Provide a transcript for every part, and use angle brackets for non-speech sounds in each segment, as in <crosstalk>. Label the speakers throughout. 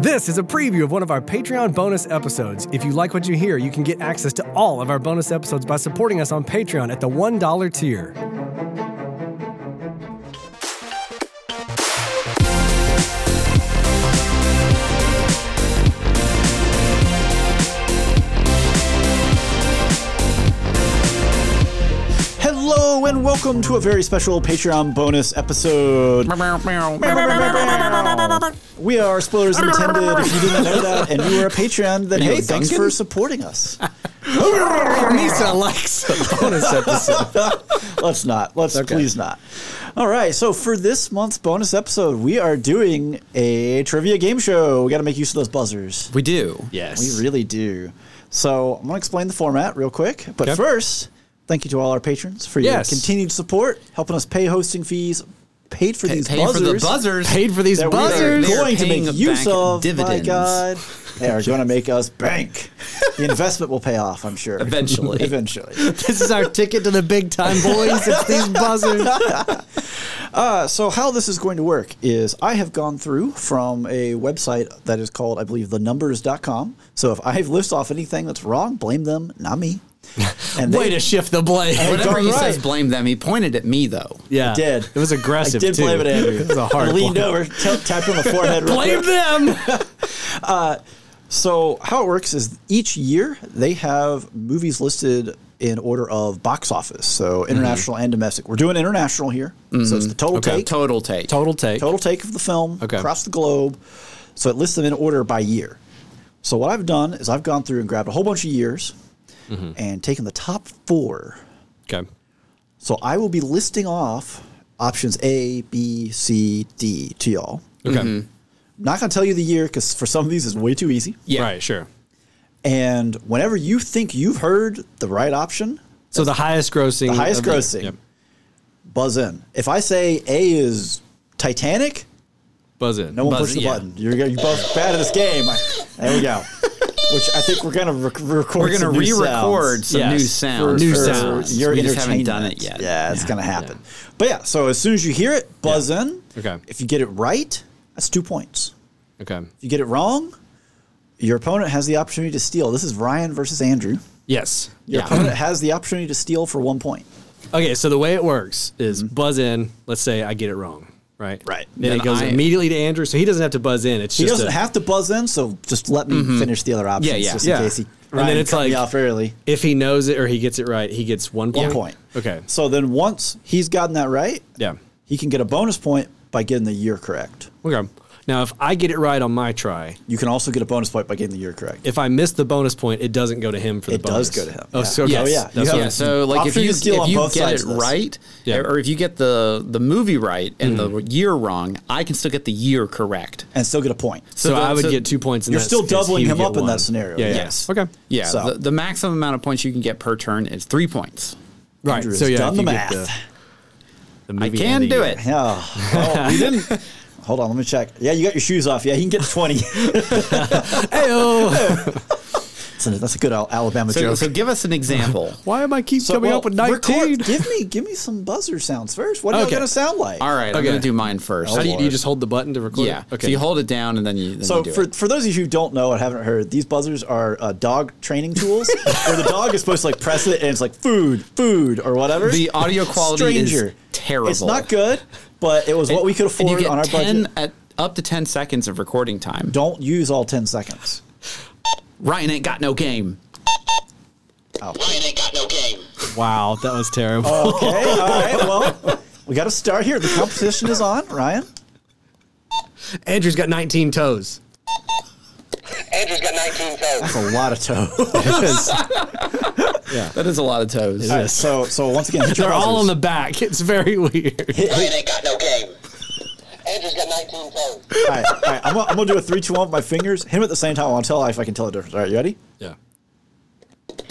Speaker 1: This is a preview of one of our Patreon bonus episodes. If you like what you hear, you can get access to all of our bonus episodes by supporting us on Patreon at the $1 tier.
Speaker 2: Hello and welcome to a very special Patreon bonus episode. We are spoilers intended. If you didn't know that and you are a Patreon, then hey, thanks
Speaker 3: Duncan?
Speaker 2: for supporting us.
Speaker 3: Nisa likes a bonus episode.
Speaker 2: <laughs> let's not. Let's
Speaker 3: Okay.
Speaker 2: please not. All right. So for this month's bonus episode, we are doing a trivia game show. We got to make use of those buzzers.
Speaker 3: We do.
Speaker 2: We really do. So I'm gonna explain the format real quick, but
Speaker 3: Okay.
Speaker 2: first, thank you to all our patrons for
Speaker 3: Yes.
Speaker 2: your continued support, helping us pay hosting fees, paid for
Speaker 3: Pay,
Speaker 2: these
Speaker 3: pay for
Speaker 2: buzzers.
Speaker 3: the buzzers.
Speaker 1: Paid for these
Speaker 2: that we
Speaker 3: They're-
Speaker 2: are
Speaker 1: buzzers.
Speaker 3: they're
Speaker 2: going to
Speaker 3: paying
Speaker 2: make use
Speaker 3: back
Speaker 2: of.
Speaker 3: dividends.
Speaker 2: My <laughs> God, they are going to make us <laughs> bank. The investment will pay off, I'm sure.
Speaker 3: Eventually.
Speaker 2: <laughs> Eventually.
Speaker 1: <laughs> This is our ticket to the big time, boys. It's
Speaker 2: <laughs>
Speaker 1: these buzzers.
Speaker 2: Uh, so how this is going to work is I have gone through from a website that is called, I believe, thenumbers.com. So if I've listed off anything that's wrong, blame them, not
Speaker 1: <laughs>
Speaker 2: me. And
Speaker 1: Way to shift the blame.
Speaker 3: Whenever
Speaker 2: darn
Speaker 3: he
Speaker 2: right.
Speaker 3: says blame them, he pointed at me though.
Speaker 1: Yeah,
Speaker 2: did.
Speaker 1: It was aggressive.
Speaker 2: I did
Speaker 1: too.
Speaker 2: blame it, Andrew.
Speaker 1: It was a hard
Speaker 2: I leaned
Speaker 1: one.
Speaker 2: over, t- tapped him on the
Speaker 1: <laughs>
Speaker 2: forehead. real quick.
Speaker 1: Blame
Speaker 2: <laughs>
Speaker 1: them.
Speaker 2: So how it works is each year they have movies listed in order of box office,
Speaker 3: Mm-hmm.
Speaker 2: so international and domestic. We're doing international here, so it's the total
Speaker 3: Okay.
Speaker 2: take,
Speaker 3: Total take.
Speaker 1: Total take.
Speaker 2: total take of the film
Speaker 1: Okay.
Speaker 2: across the globe. So it lists them in order by year. So what I've done is I've gone through and grabbed a whole bunch of years
Speaker 3: Mm-hmm.
Speaker 2: and taken the top four.
Speaker 1: Okay.
Speaker 2: So I will be listing off options A, B, C, D to y'all.
Speaker 3: Mm-hmm.
Speaker 1: Okay.
Speaker 2: I'm not going to tell you the year because for some of these it's way too easy.
Speaker 3: Yeah.
Speaker 1: Right. Sure.
Speaker 2: And whenever you think you've heard the right option,
Speaker 1: So the highest grossing.
Speaker 2: the highest
Speaker 1: of the-
Speaker 2: grossing,
Speaker 1: Yep.
Speaker 2: buzz in. If I say A is Titanic,
Speaker 1: Buzz in.
Speaker 2: no one
Speaker 3: Buzz
Speaker 2: pushes
Speaker 3: it,
Speaker 2: the
Speaker 3: yeah.
Speaker 2: button. You're, you're both bad at this game. There we
Speaker 3: <laughs>
Speaker 2: go. Which I think we're gonna rec- record.
Speaker 3: We're
Speaker 2: some
Speaker 3: gonna
Speaker 2: new
Speaker 3: re-record
Speaker 2: sounds
Speaker 3: some
Speaker 1: Yes.
Speaker 3: new
Speaker 1: For-
Speaker 3: sounds.
Speaker 1: New
Speaker 3: for-
Speaker 1: sounds.
Speaker 2: Your
Speaker 3: we just haven't
Speaker 2: entertainment.
Speaker 3: done it yet.
Speaker 2: Yeah, it's gonna happen. But yeah, so as soon as you hear it, buzz in.
Speaker 1: Okay.
Speaker 2: If you get it right, that's two points.
Speaker 1: Okay.
Speaker 2: If you get it wrong, your opponent has the opportunity to steal. This is Ryan versus Andrew.
Speaker 1: Yes.
Speaker 2: Your
Speaker 1: Yeah.
Speaker 2: opponent has the opportunity to steal for one point.
Speaker 1: Okay, so the way it works is buzz in. Let's say I get it wrong, right?
Speaker 2: Mm-hmm. Right.
Speaker 1: Then,
Speaker 3: Then
Speaker 1: it goes
Speaker 3: I-
Speaker 1: immediately to Andrew, so he doesn't have to buzz in. It's
Speaker 2: He
Speaker 1: just
Speaker 2: doesn't
Speaker 1: a- Mm-hmm.
Speaker 2: have to buzz in, so just let me finish the other options,
Speaker 3: yeah,
Speaker 2: just
Speaker 1: yeah.
Speaker 2: in case he.
Speaker 1: And then
Speaker 2: Ryan
Speaker 1: it's
Speaker 2: cut me
Speaker 1: like-
Speaker 2: off early.
Speaker 1: if he knows it or he gets it right, he gets one point.
Speaker 2: One point.
Speaker 1: Okay.
Speaker 2: So then once he's gotten that right,
Speaker 1: Yeah.
Speaker 2: he can get a bonus point by getting the year correct.
Speaker 1: Okay. Now, if I get it right on my try,
Speaker 2: You can also get a bonus point by getting the year correct.
Speaker 1: if I miss the bonus point, it doesn't go to him for the
Speaker 2: It
Speaker 1: bonus.
Speaker 2: does go to him,
Speaker 1: Oh,
Speaker 2: yeah.
Speaker 1: so okay.
Speaker 2: Yes. Oh, yeah.
Speaker 1: That's
Speaker 2: You
Speaker 1: what-
Speaker 2: have-
Speaker 3: Yeah, so like if
Speaker 2: Opportunity
Speaker 3: you,
Speaker 2: to steal
Speaker 3: if
Speaker 2: on
Speaker 3: you
Speaker 2: both
Speaker 3: get
Speaker 2: sides
Speaker 3: it
Speaker 2: of this.
Speaker 3: right,
Speaker 1: Yeah.
Speaker 3: or if you get the the movie right and
Speaker 2: Mm-hmm.
Speaker 3: the year wrong, I can still get the year correct.
Speaker 2: And still get a point.
Speaker 1: so,
Speaker 3: the-
Speaker 1: I would
Speaker 3: so-
Speaker 1: get two points. In
Speaker 2: You're
Speaker 1: that
Speaker 2: still
Speaker 1: case, he
Speaker 2: doubling
Speaker 1: would
Speaker 2: him
Speaker 1: get
Speaker 2: up in that
Speaker 1: one.
Speaker 2: scenario.
Speaker 1: Yeah, yeah.
Speaker 3: Yes.
Speaker 1: Okay.
Speaker 3: Yeah,
Speaker 2: So-
Speaker 3: the, the maximum amount of points you can get per turn is three poinps.
Speaker 1: Right.
Speaker 2: Andrew
Speaker 1: so
Speaker 2: has
Speaker 1: yeah,
Speaker 2: done
Speaker 1: if
Speaker 2: the
Speaker 1: you get
Speaker 2: math.
Speaker 1: the movie
Speaker 3: I
Speaker 1: and
Speaker 3: can
Speaker 1: the
Speaker 3: do
Speaker 1: year.
Speaker 3: it.
Speaker 2: <laughs> Yeah. Oh, we didn't.
Speaker 1: <laughs>
Speaker 2: Hold on, let me check. Yeah, you got your shoes off. Yeah, he can get to <laughs> 20. <laughs>
Speaker 1: Ayo.
Speaker 2: that's, a, that's a good Al- Alabama
Speaker 3: So,
Speaker 2: joke.
Speaker 3: so give us
Speaker 2: <laughs>
Speaker 3: an example.
Speaker 1: Why am I keep coming
Speaker 2: well,
Speaker 1: up with
Speaker 2: record-
Speaker 1: nineteen?
Speaker 2: <laughs> give me give me some buzzer sounds first. What are you
Speaker 1: Okay.
Speaker 2: going to sound like?
Speaker 3: All right, I'm
Speaker 1: Okay.
Speaker 3: gonna do mine first.
Speaker 1: How do you,
Speaker 2: Oh, Lord.
Speaker 1: you just hold the button to record?
Speaker 3: yeah.
Speaker 1: It? Okay.
Speaker 3: So you hold it down and then you. Then
Speaker 2: So
Speaker 3: you do
Speaker 2: for,
Speaker 3: it.
Speaker 2: for those of you who don't know and haven't heard, these buzzers are uh, dog training <laughs> tools where the dog is supposed to like press it and it's like food, food or whatever.
Speaker 3: The audio quality is terrible.
Speaker 2: It's not good, but it was what we could
Speaker 3: and you
Speaker 2: afford
Speaker 3: get
Speaker 2: on our
Speaker 3: 10
Speaker 2: budget.
Speaker 3: At, up to ten seconds of recording time.
Speaker 2: Don't use all 10 seconds.
Speaker 3: Ryan ain't got no game.
Speaker 4: Ryan ain't got no game.
Speaker 1: wow, that was terrible.
Speaker 2: <laughs> Okay, all right. Well, we got to start here. The competition is on, Ryan.
Speaker 1: Andrew's got 19 toes.
Speaker 4: Andrew's got 19 toes.
Speaker 2: That's a lot of <laughs> toes.
Speaker 3: That is a lot of toes.
Speaker 2: All right, so so once again, hit your
Speaker 1: They're all on
Speaker 2: buzzers.
Speaker 1: the back. <laughs> It's very weird.
Speaker 4: Ryan ain't got no game. Andrew's got 19 toes.
Speaker 2: All right, all right. I'm gonna, I'm gonna do a three, two, one with my fingers. Hit him at the same time. I'll tell if I can tell the difference. All right, you ready?
Speaker 1: Yeah.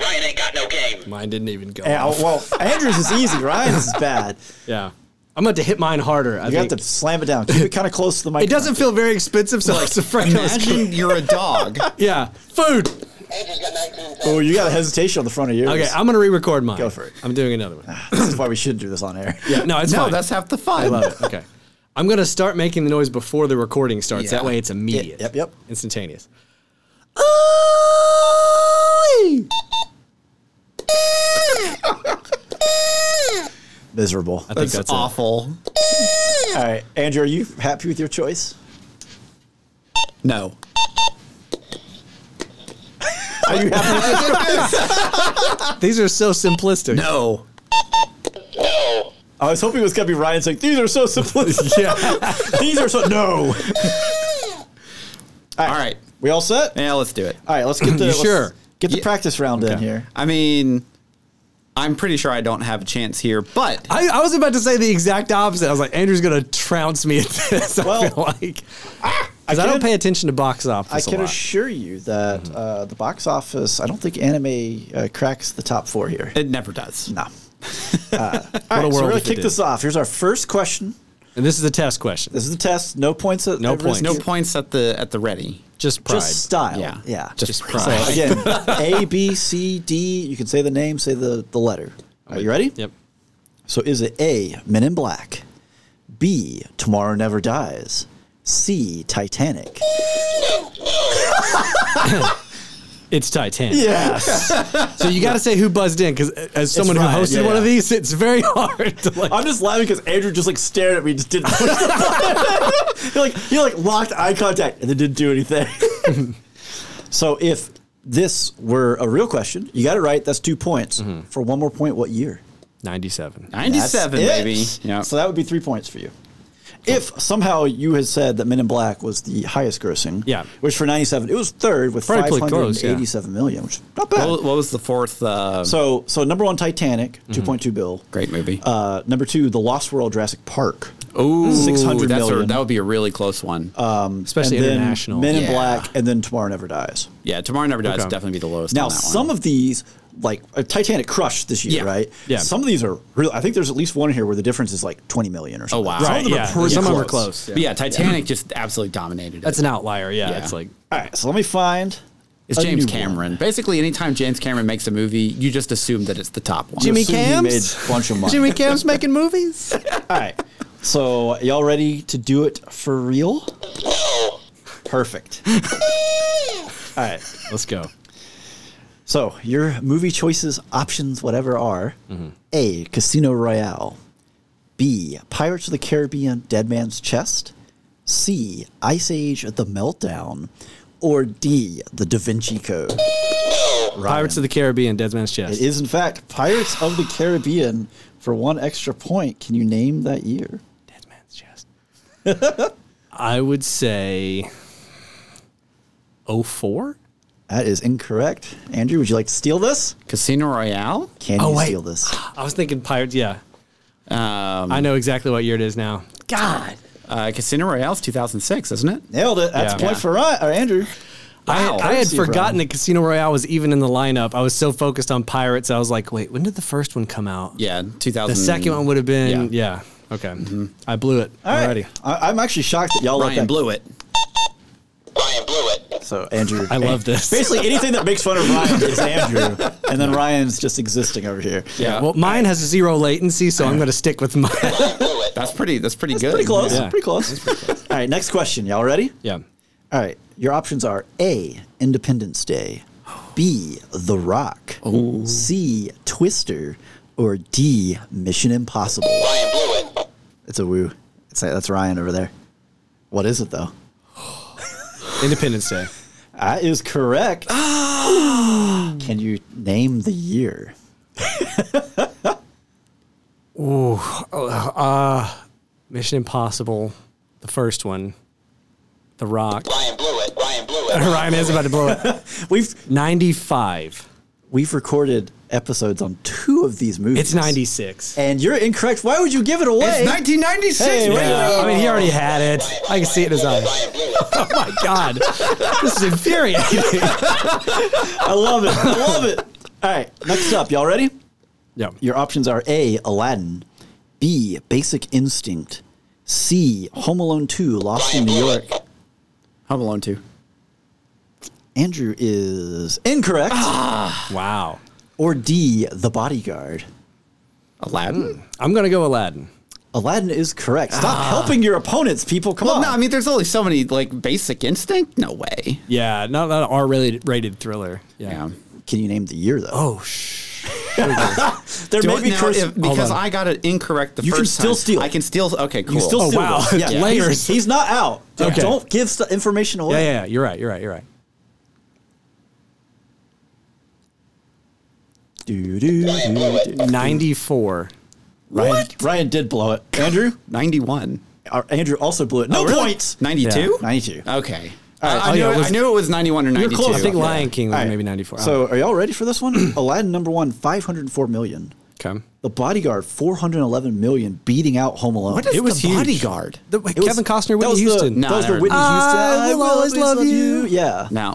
Speaker 4: Ryan ain't got no game.
Speaker 1: Mine didn't even go.
Speaker 2: Yeah, uh, well, Andrews is easy. Ryan's is bad.
Speaker 1: Yeah. I'm about to hit mine harder. I
Speaker 2: You have
Speaker 1: think.
Speaker 2: to slam it down. Keep it kind of close to the
Speaker 1: it
Speaker 2: microphone.
Speaker 1: doesn't feel very expensive, so it's a freckle.
Speaker 3: Imagine you're
Speaker 2: <laughs>
Speaker 3: a dog.
Speaker 1: Yeah. Food.
Speaker 4: Andrew's got 19
Speaker 2: Oh,
Speaker 4: toes.
Speaker 2: you got a hesitation on the front of yours.
Speaker 1: Okay, I'm gonna re-record mine.
Speaker 2: Go for it. <sighs>
Speaker 1: I'm doing another one.
Speaker 2: this is why we should do this on air.
Speaker 1: Yeah. No, it's
Speaker 3: No,
Speaker 1: fine.
Speaker 3: that's half the fun.
Speaker 1: I love it. Okay. I'm gonna start making the noise before the recording starts. That
Speaker 3: Yeah.
Speaker 1: way, it's immediate.
Speaker 2: Yep, yep.
Speaker 1: Instantaneous.
Speaker 2: Miserable.
Speaker 1: think
Speaker 3: That's
Speaker 1: that's it.
Speaker 3: awful.
Speaker 2: All right, Andrew, are you happy with your choice?
Speaker 3: No.
Speaker 2: Are you happy? with your
Speaker 1: These are so simplistic.
Speaker 3: No.
Speaker 4: No.
Speaker 2: I was hoping it was gonna be Ryan saying these are so simplistic.
Speaker 1: <laughs> <laughs> Yeah.
Speaker 2: <laughs> these are so no.
Speaker 3: All right.
Speaker 2: We all set?
Speaker 3: Yeah, let's do it.
Speaker 2: All right, let's
Speaker 1: <clears throat>
Speaker 2: get the
Speaker 1: You
Speaker 2: let's
Speaker 1: sure?
Speaker 2: get the
Speaker 3: Yeah.
Speaker 2: practice round in here.
Speaker 3: I mean, I'm pretty sure I don't have a chance here, but
Speaker 1: I, I was about to say the exact opposite. I was like, Andrew's gonna trounce me at this. I
Speaker 2: Well,
Speaker 1: feel like because I, don't
Speaker 2: can-
Speaker 1: pay attention to box
Speaker 2: I
Speaker 1: office a
Speaker 2: can
Speaker 1: lot. Mm-hmm.
Speaker 2: assure you that uh, the box office. I don't think anime uh, cracks the top four here.
Speaker 3: it never
Speaker 2: <laughs>
Speaker 1: <laughs>
Speaker 3: does.
Speaker 2: no. Uh, all right,
Speaker 1: world
Speaker 2: so we're gonna
Speaker 1: if it
Speaker 2: kick
Speaker 1: did.
Speaker 2: this off. Here's our first question.
Speaker 1: and this is a test question.
Speaker 2: This is the test. No points. At,
Speaker 1: No
Speaker 2: at
Speaker 1: points.
Speaker 2: risk.
Speaker 3: No points at the at the ready.
Speaker 1: Just pride.
Speaker 2: Just style.
Speaker 3: Yeah.
Speaker 2: Yeah.
Speaker 3: Just pride.
Speaker 2: So again,
Speaker 1: <laughs>
Speaker 2: A, B, C, D. You can say the name. Say the the letter. Are you ready?
Speaker 1: Yep.
Speaker 2: So is it A, Men in Black, B, Tomorrow Never Dies, C, Titanic?
Speaker 1: It's Titanic.
Speaker 2: Yes.
Speaker 1: So you got to say who buzzed in because as someone who
Speaker 2: Ryan,
Speaker 1: hosted
Speaker 2: yeah,
Speaker 1: one of
Speaker 2: yeah.
Speaker 1: these, it's very <laughs> hard to like.
Speaker 2: I'm just laughing because Andrew just like stared at me, just didn't. Push the button. <laughs> he like he like locked eye contact and then didn't do anything. <laughs> so if this were a real question, you got it right. That's two points.
Speaker 1: Mm-hmm.
Speaker 2: For one more point, what year?
Speaker 1: 97.
Speaker 3: 97,
Speaker 2: That's it.
Speaker 3: baby. Yeah.
Speaker 2: So that would be three points for you. If somehow you had said that Men in Black was the highest grossing,
Speaker 1: Yeah.
Speaker 2: which for '97 it was third with
Speaker 1: Probably
Speaker 2: five
Speaker 1: pretty
Speaker 2: hundred
Speaker 1: close, yeah.
Speaker 2: eighty-seven million, which is not bad.
Speaker 3: what, was- what was the fourth? Uh,
Speaker 2: so, so number one, Titanic, two point two bill.
Speaker 3: Mm-hmm. great movie.
Speaker 2: Uh, number two, The Lost World, Jurassic Park.
Speaker 3: Ooh,
Speaker 2: 600
Speaker 3: that's a-
Speaker 2: million. Uh,
Speaker 3: that would be a really close one.
Speaker 1: Especially
Speaker 2: and then
Speaker 1: international.
Speaker 2: Men in
Speaker 3: Yeah.
Speaker 2: Black, and then Tomorrow Never Dies.
Speaker 3: yeah, Tomorrow Never Dies
Speaker 1: Okay.
Speaker 3: would definitely be the lowest.
Speaker 2: Now,
Speaker 3: on that
Speaker 2: some
Speaker 3: one.
Speaker 2: of these, like uh, Titanic, crushed this year,
Speaker 3: Yeah.
Speaker 2: right?
Speaker 1: Yeah.
Speaker 2: Some of these are really. I think there's at least one here where the difference is like 20 million or
Speaker 3: oh
Speaker 2: something.
Speaker 3: wow,
Speaker 1: Some of them are
Speaker 3: yeah.
Speaker 1: pretty
Speaker 3: yeah.
Speaker 1: Some of them are close. close,
Speaker 3: But yeah, Titanic just absolutely dominated.
Speaker 1: That's
Speaker 3: it.
Speaker 1: an outlier. Yeah,
Speaker 3: Yeah.
Speaker 1: It's like,
Speaker 2: All right, so let me find.
Speaker 3: It's
Speaker 2: a
Speaker 3: James
Speaker 2: new one.
Speaker 3: Cameron. Basically, anytime James Cameron makes a movie, you just assume that it's the top one.
Speaker 1: Jimmy
Speaker 2: assume he
Speaker 1: Cams?
Speaker 2: made a bunch of money.
Speaker 1: Jimmy Cam's making movies?
Speaker 2: <laughs> All right. So, y'all ready to do it for real?
Speaker 4: No.
Speaker 3: <laughs>
Speaker 2: Perfect. All right.
Speaker 1: <laughs> Let's go.
Speaker 2: So, your movie choices, options, whatever are A, Casino Royale, B, Pirates of the Caribbean, Dead Man's Chest, C, Ice Age, The Meltdown, or D, The Da Vinci Code.
Speaker 1: Pirates of the Caribbean, Dead Man's Chest.
Speaker 2: It is, in fact, Pirates of the Caribbean for one extra point. Can you name that year?
Speaker 1: Dead Man's Chest. <laughs> I would say 04?
Speaker 2: That is incorrect. Andrew, would you like to steal this?
Speaker 3: Casino Royale.
Speaker 2: Can
Speaker 1: Oh,
Speaker 2: you
Speaker 1: wait.
Speaker 2: steal this?
Speaker 1: <gasps> I was thinking Pirates, yeah.
Speaker 3: Um,
Speaker 1: I know exactly what year it is now.
Speaker 3: God, uh, Casino Royale's 2006, isn't it?
Speaker 2: Nailed it. That's a
Speaker 1: Yeah.
Speaker 2: point for Ryan, or Andrew.
Speaker 1: I,
Speaker 3: Wow.
Speaker 1: I had
Speaker 2: Courtesy of
Speaker 1: forgotten
Speaker 2: Ryan.
Speaker 1: that Casino Royale was even in the lineup. I was so focused on Pirates, I was like, wait, when did the first one come out?
Speaker 3: Yeah, Mm. 2000.
Speaker 1: The second one would have been, yeah. Okay. I blew it
Speaker 2: All right.
Speaker 1: already.
Speaker 2: I, I'm actually shocked that y'all let
Speaker 3: Ryan
Speaker 2: that
Speaker 3: blew it.
Speaker 4: Ryan blew it.
Speaker 2: So Andrew,
Speaker 1: I love this.
Speaker 2: Basically, anything that makes fun of Ryan
Speaker 1: <laughs>
Speaker 2: is Andrew, and then Ryan's just existing over here.
Speaker 3: Yeah.
Speaker 1: Well, mine has zero latency, so I'm going to stick with mine.
Speaker 4: Ryan blew it.
Speaker 3: that's pretty. That's pretty
Speaker 2: That's
Speaker 3: good.
Speaker 2: pretty close.
Speaker 1: Yeah.
Speaker 2: Pretty close. All right, next question. Y'all ready?
Speaker 1: yeah.
Speaker 2: All right, your options are A. Independence Day, B. The Rock, C. Twister, or D. Mission Impossible.
Speaker 4: Ryan blew it.
Speaker 2: It's a woo. It's a, that's Ryan over there. What is it though?
Speaker 1: Independence Day.
Speaker 2: That is correct. <gasps> Can you name the year?
Speaker 1: Mission Impossible, the first one, The Rock. <laughs>
Speaker 4: Ryan blew it. Ryan blew it.
Speaker 1: Ryan is about to blow it.
Speaker 2: We've
Speaker 1: 95.
Speaker 2: We've recorded episodes on two of these movies.
Speaker 1: It's 96.
Speaker 2: And you're incorrect. Why would you give it away?
Speaker 3: It's 1996.
Speaker 2: Hey, wait,
Speaker 3: man.
Speaker 1: Yeah, I mean, he already had it. I can see it in his eyes.
Speaker 4: Ryan blew it.
Speaker 1: <laughs> Oh my God. This is
Speaker 3: <laughs>
Speaker 1: infuriating.
Speaker 2: I love it. I love it. <laughs> All right. Next up, y'all ready?
Speaker 1: Yep.
Speaker 2: Your options are A, Aladdin, B, Basic Instinct, C, Home Alone 2, Lost in New York.
Speaker 3: Home Alone 2.
Speaker 2: Andrew is incorrect.
Speaker 3: Ah.
Speaker 1: Wow.
Speaker 2: Or D, The Bodyguard.
Speaker 3: Aladdin. Ah.
Speaker 1: I'm going to go Aladdin.
Speaker 2: Aladdin is correct. Stop helping your opponents, people. Come
Speaker 3: Well,
Speaker 2: on.
Speaker 3: no, I mean, there's only so many like basic instinct. No way.
Speaker 1: Yeah, not, not an R rated rated thriller. Yeah.
Speaker 3: Yeah.
Speaker 2: Can you name the year though?
Speaker 1: Oh,
Speaker 2: <laughs>
Speaker 1: shh.
Speaker 2: there
Speaker 3: Do
Speaker 2: may
Speaker 3: it
Speaker 2: be
Speaker 3: now
Speaker 2: curse-
Speaker 3: if- because
Speaker 1: on.
Speaker 3: I got it incorrect the
Speaker 2: You
Speaker 3: first
Speaker 2: can still
Speaker 3: time.
Speaker 2: steal.
Speaker 3: I can steal. Okay, cool.
Speaker 2: You can still
Speaker 1: Oh,
Speaker 2: steal
Speaker 1: wow.
Speaker 2: those. <laughs> Yeah,
Speaker 1: Yeah. Layers.
Speaker 2: He's, he's not out. Don't-
Speaker 1: Okay.
Speaker 2: Don't give st- information
Speaker 1: Yeah,
Speaker 2: away.
Speaker 1: yeah, yeah, you're right. You're right. You're right.
Speaker 2: Do, do, do, do.
Speaker 1: 94.
Speaker 2: Ryan, Ryan did blow it. Andrew?
Speaker 3: 91.
Speaker 2: Our- Andrew also blew it. Oh, No
Speaker 3: Oh, really?
Speaker 2: points.
Speaker 3: 92?
Speaker 1: Yeah.
Speaker 2: 92.
Speaker 3: Okay.
Speaker 2: right.
Speaker 3: I, I
Speaker 1: Oh,
Speaker 3: knew,
Speaker 1: yeah, it
Speaker 3: it-
Speaker 1: was-
Speaker 3: I knew it was 91 or 92.
Speaker 2: close.
Speaker 1: Oh, I think
Speaker 2: Yeah.
Speaker 1: Lion King was
Speaker 2: All right.
Speaker 1: maybe 94.
Speaker 2: So, are y'all ready for this one? <clears throat> Aladdin number one, 504 million.
Speaker 1: okay.
Speaker 2: The Bodyguard, 411 million, beating out Home Alone.
Speaker 3: What is
Speaker 1: It was
Speaker 3: the
Speaker 1: huge.
Speaker 3: bodyguard?
Speaker 1: The,
Speaker 2: It was-
Speaker 1: Kevin Costner,
Speaker 2: that
Speaker 1: Whitney
Speaker 2: was
Speaker 1: Houston.
Speaker 2: The,
Speaker 3: No,
Speaker 2: that was
Speaker 3: I
Speaker 2: the
Speaker 3: never-
Speaker 2: Whitney Houston.
Speaker 1: I will always love you.
Speaker 2: Yeah.
Speaker 3: Now,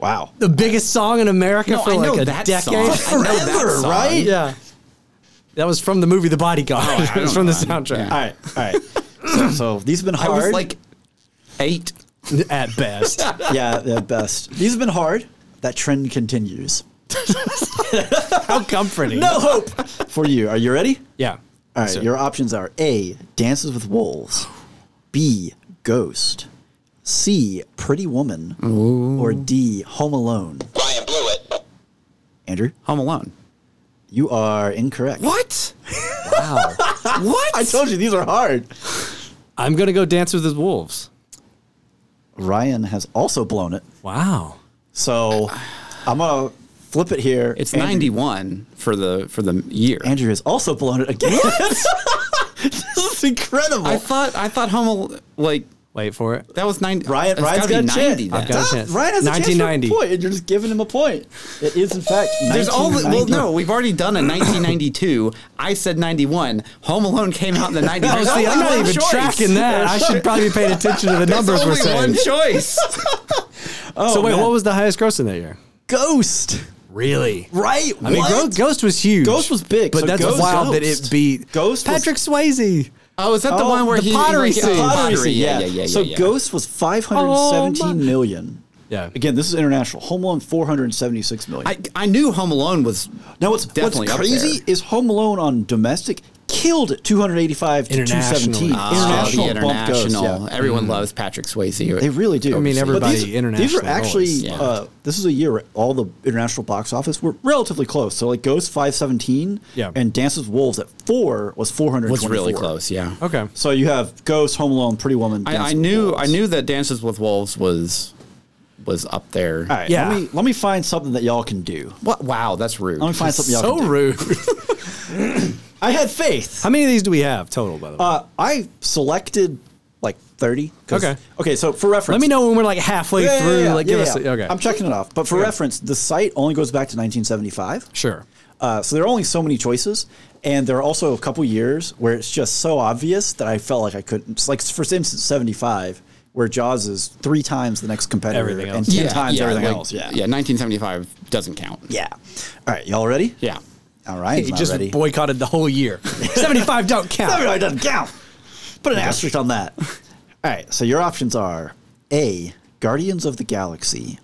Speaker 2: Wow.
Speaker 1: The biggest song in America
Speaker 3: No,
Speaker 1: for
Speaker 3: I
Speaker 1: like
Speaker 3: know
Speaker 1: a
Speaker 3: that
Speaker 1: decade. <laughs>
Speaker 3: <laughs> song. I know that
Speaker 2: Forever,
Speaker 3: song.
Speaker 2: right?
Speaker 1: Yeah. That was from the movie The Bodyguard.
Speaker 3: Oh,
Speaker 1: <laughs>
Speaker 3: I
Speaker 1: it was
Speaker 3: don't
Speaker 1: from the
Speaker 3: know.
Speaker 1: soundtrack.
Speaker 2: All right. All right. so, so these have been
Speaker 3: I
Speaker 2: hard.
Speaker 3: was like <laughs> eight.
Speaker 1: At
Speaker 3: <laughs>
Speaker 1: best.
Speaker 2: yeah, the best. These have been hard. That trend continues.
Speaker 1: How comforting.
Speaker 2: No hope <laughs> for you. Are you ready?
Speaker 1: Yeah.
Speaker 2: All right, your options are A, Dances with Wolves, B, Ghost, C, Pretty Woman, or D, Home Alone.
Speaker 4: Ryan blew it.
Speaker 2: Andrew,
Speaker 3: Home Alone.
Speaker 2: you are incorrect.
Speaker 3: What?
Speaker 1: Wow.
Speaker 3: What?
Speaker 2: I told you these are hard.
Speaker 1: I'm going to go dance with the wolves.
Speaker 2: Ryan has also blown it.
Speaker 1: Wow.
Speaker 2: So I'm going to flip it here.
Speaker 3: It's
Speaker 2: Andrew-
Speaker 3: 91 for the for the year.
Speaker 2: Andrew has also blown it again. <laughs> this is incredible.
Speaker 3: I thought I thought Home Al- like
Speaker 1: Wait for it.
Speaker 3: that was 90.
Speaker 2: Ryan,
Speaker 3: it's
Speaker 2: Ryan's
Speaker 3: gotta
Speaker 2: got a
Speaker 3: be
Speaker 2: chance.
Speaker 3: 90 then.
Speaker 1: I've got a
Speaker 2: Stop.
Speaker 1: chance.
Speaker 2: Ryan has a chance for a
Speaker 1: 1990.
Speaker 2: point, and you're just giving him a point. It is, in fact,
Speaker 3: There's all the, well,
Speaker 2: 1990.
Speaker 3: no, we've already done
Speaker 1: <laughs>
Speaker 3: a 1992. I said 91. Home Alone came out in the 90s.
Speaker 1: Oh, see, I'm not even tracking that. I should probably be paying attention to the numbers
Speaker 3: There's
Speaker 1: we're
Speaker 3: only
Speaker 1: saying.
Speaker 3: one
Speaker 1: <laughs>
Speaker 3: choice.
Speaker 1: so wait,
Speaker 2: Oh, man.
Speaker 1: what was the highest gross in that year?
Speaker 2: Ghost.
Speaker 1: Really?
Speaker 2: Right?
Speaker 1: I mean, Ghost, Ghost was huge.
Speaker 2: Ghost was big,
Speaker 1: but
Speaker 2: so
Speaker 1: that's
Speaker 2: Ghost-
Speaker 1: wild that it
Speaker 2: Ghost.
Speaker 1: beat
Speaker 2: Ghost was-
Speaker 1: Patrick Swayze.
Speaker 3: Oh, is that the
Speaker 2: Oh,
Speaker 3: one where
Speaker 1: the
Speaker 3: he
Speaker 1: pottery
Speaker 3: he,
Speaker 1: scene.
Speaker 2: Pottery scene,
Speaker 3: Yeah, yeah, yeah. yeah
Speaker 2: so
Speaker 3: yeah.
Speaker 2: Ghost was five hundred seventeen
Speaker 1: Oh,
Speaker 2: million.
Speaker 1: my- Yeah.
Speaker 2: Again, this is international. Home Alone four hundred seventy six million.
Speaker 3: I, I knew Home Alone was
Speaker 2: now what's
Speaker 3: definitely
Speaker 2: what's
Speaker 3: up
Speaker 2: crazy
Speaker 3: there.
Speaker 2: is Home Alone on domestic killed two hundred eighty five to two seventeen.
Speaker 1: Internationally.
Speaker 3: Oh, the
Speaker 2: bumped Ghost,
Speaker 3: international.
Speaker 2: yeah.
Speaker 3: Everyone
Speaker 1: Mm-hmm.
Speaker 3: loves Patrick Swayze.
Speaker 2: They really do.
Speaker 1: I mean,
Speaker 2: But
Speaker 1: everybody
Speaker 2: these- These
Speaker 1: international
Speaker 2: are actually.
Speaker 1: always.
Speaker 3: Yeah.
Speaker 2: Uh, this is a year where all the international box office were relatively close. So like Ghost five seventeen.
Speaker 1: Yeah.
Speaker 2: And Dances with Wolves at four was four hundred.
Speaker 3: was really close. Yeah.
Speaker 1: Okay.
Speaker 2: So you have Ghost, Home Alone, Pretty Woman.
Speaker 3: I,
Speaker 2: Dances
Speaker 3: I
Speaker 2: with
Speaker 3: knew
Speaker 2: Wolves.
Speaker 3: I knew that Dances with Wolves was was up there.
Speaker 2: All right,
Speaker 1: Yeah.
Speaker 2: let me let me find something that y'all can do.
Speaker 3: What? Wow, that's rude.
Speaker 2: Let me find something y'all
Speaker 1: So
Speaker 2: can do.
Speaker 1: rude.
Speaker 2: <laughs> I had faith.
Speaker 1: How many of these do we have total, by the way?
Speaker 2: Uh, I selected like thirty. 'cause-
Speaker 1: Okay.
Speaker 2: Okay. So for reference,
Speaker 1: Let me know when we're like halfway
Speaker 2: Yeah, yeah,
Speaker 1: through.
Speaker 2: yeah,
Speaker 1: like,
Speaker 2: yeah,
Speaker 1: give us.
Speaker 2: yeah.
Speaker 1: A, okay.
Speaker 2: I'm checking it off. But for
Speaker 1: Okay.
Speaker 2: reference, the site only goes back to 1975.
Speaker 1: Sure.
Speaker 2: Uh, so there are only so many choices, and there are also a couple years where it's just so obvious that I felt like I couldn't. it's Like for instance, 75, where Jaws is three times the next competitor
Speaker 1: Everything
Speaker 2: and
Speaker 1: else.
Speaker 2: ten times everything
Speaker 3: like-
Speaker 2: else. Yeah.
Speaker 3: Yeah, 1975 doesn't count.
Speaker 2: Yeah. All right. Y'all ready?
Speaker 3: Yeah.
Speaker 2: All right.
Speaker 1: He just
Speaker 2: ready.
Speaker 1: boycotted the
Speaker 2: <laughs>
Speaker 1: whole year. 75 don't
Speaker 2: That
Speaker 1: count.
Speaker 2: really doesn't count. Put an asterisk on that. All right, so your options are A, Guardians of the Galaxy,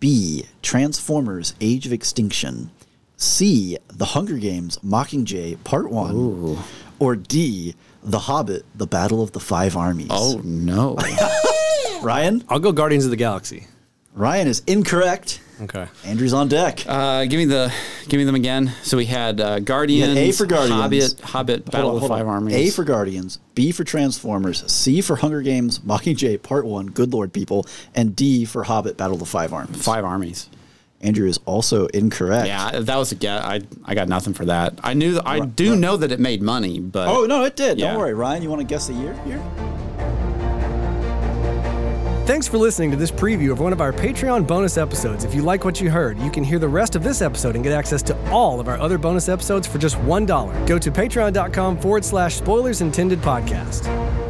Speaker 2: B, Transformers Age of Extinction, C, The Hunger Games Mockingjay Part 1, or D, The Hobbit The Battle of the Five Armies.
Speaker 3: Oh
Speaker 2: <laughs>
Speaker 3: no.
Speaker 2: Ryan?
Speaker 1: I'll go Guardians of the Galaxy.
Speaker 2: Ryan is incorrect.
Speaker 1: Okay.
Speaker 2: Andrew's on deck.
Speaker 3: uh, give me the give me them again. So we had uh, Guardians,
Speaker 2: A for Guardians.
Speaker 3: Hobbit, Hobbit, Battle
Speaker 2: Hold on,
Speaker 3: of the
Speaker 2: hold on.
Speaker 3: Five Armies.
Speaker 2: A for Guardians, B for Transformers, C for Hunger Games, Mockingjay Part 1, Good Lord People, and D for Hobbit Battle of the Five Armies.
Speaker 3: Five Armies.
Speaker 2: Andrew is also incorrect.
Speaker 3: Yeah, that was a guess. I I got nothing for that. I knew I do know that it made money, but
Speaker 2: Oh, no, it did.
Speaker 3: Yeah.
Speaker 2: Don't worry, Ryan. You want to guess the year here?
Speaker 1: Thanks for listening to this preview of one of our Patreon bonus episodes. If you like what you heard, you can hear the rest of this episode and get access to all of our other bonus episodes for just $1. Go to patreon.com forward slash spoilers intended podcast.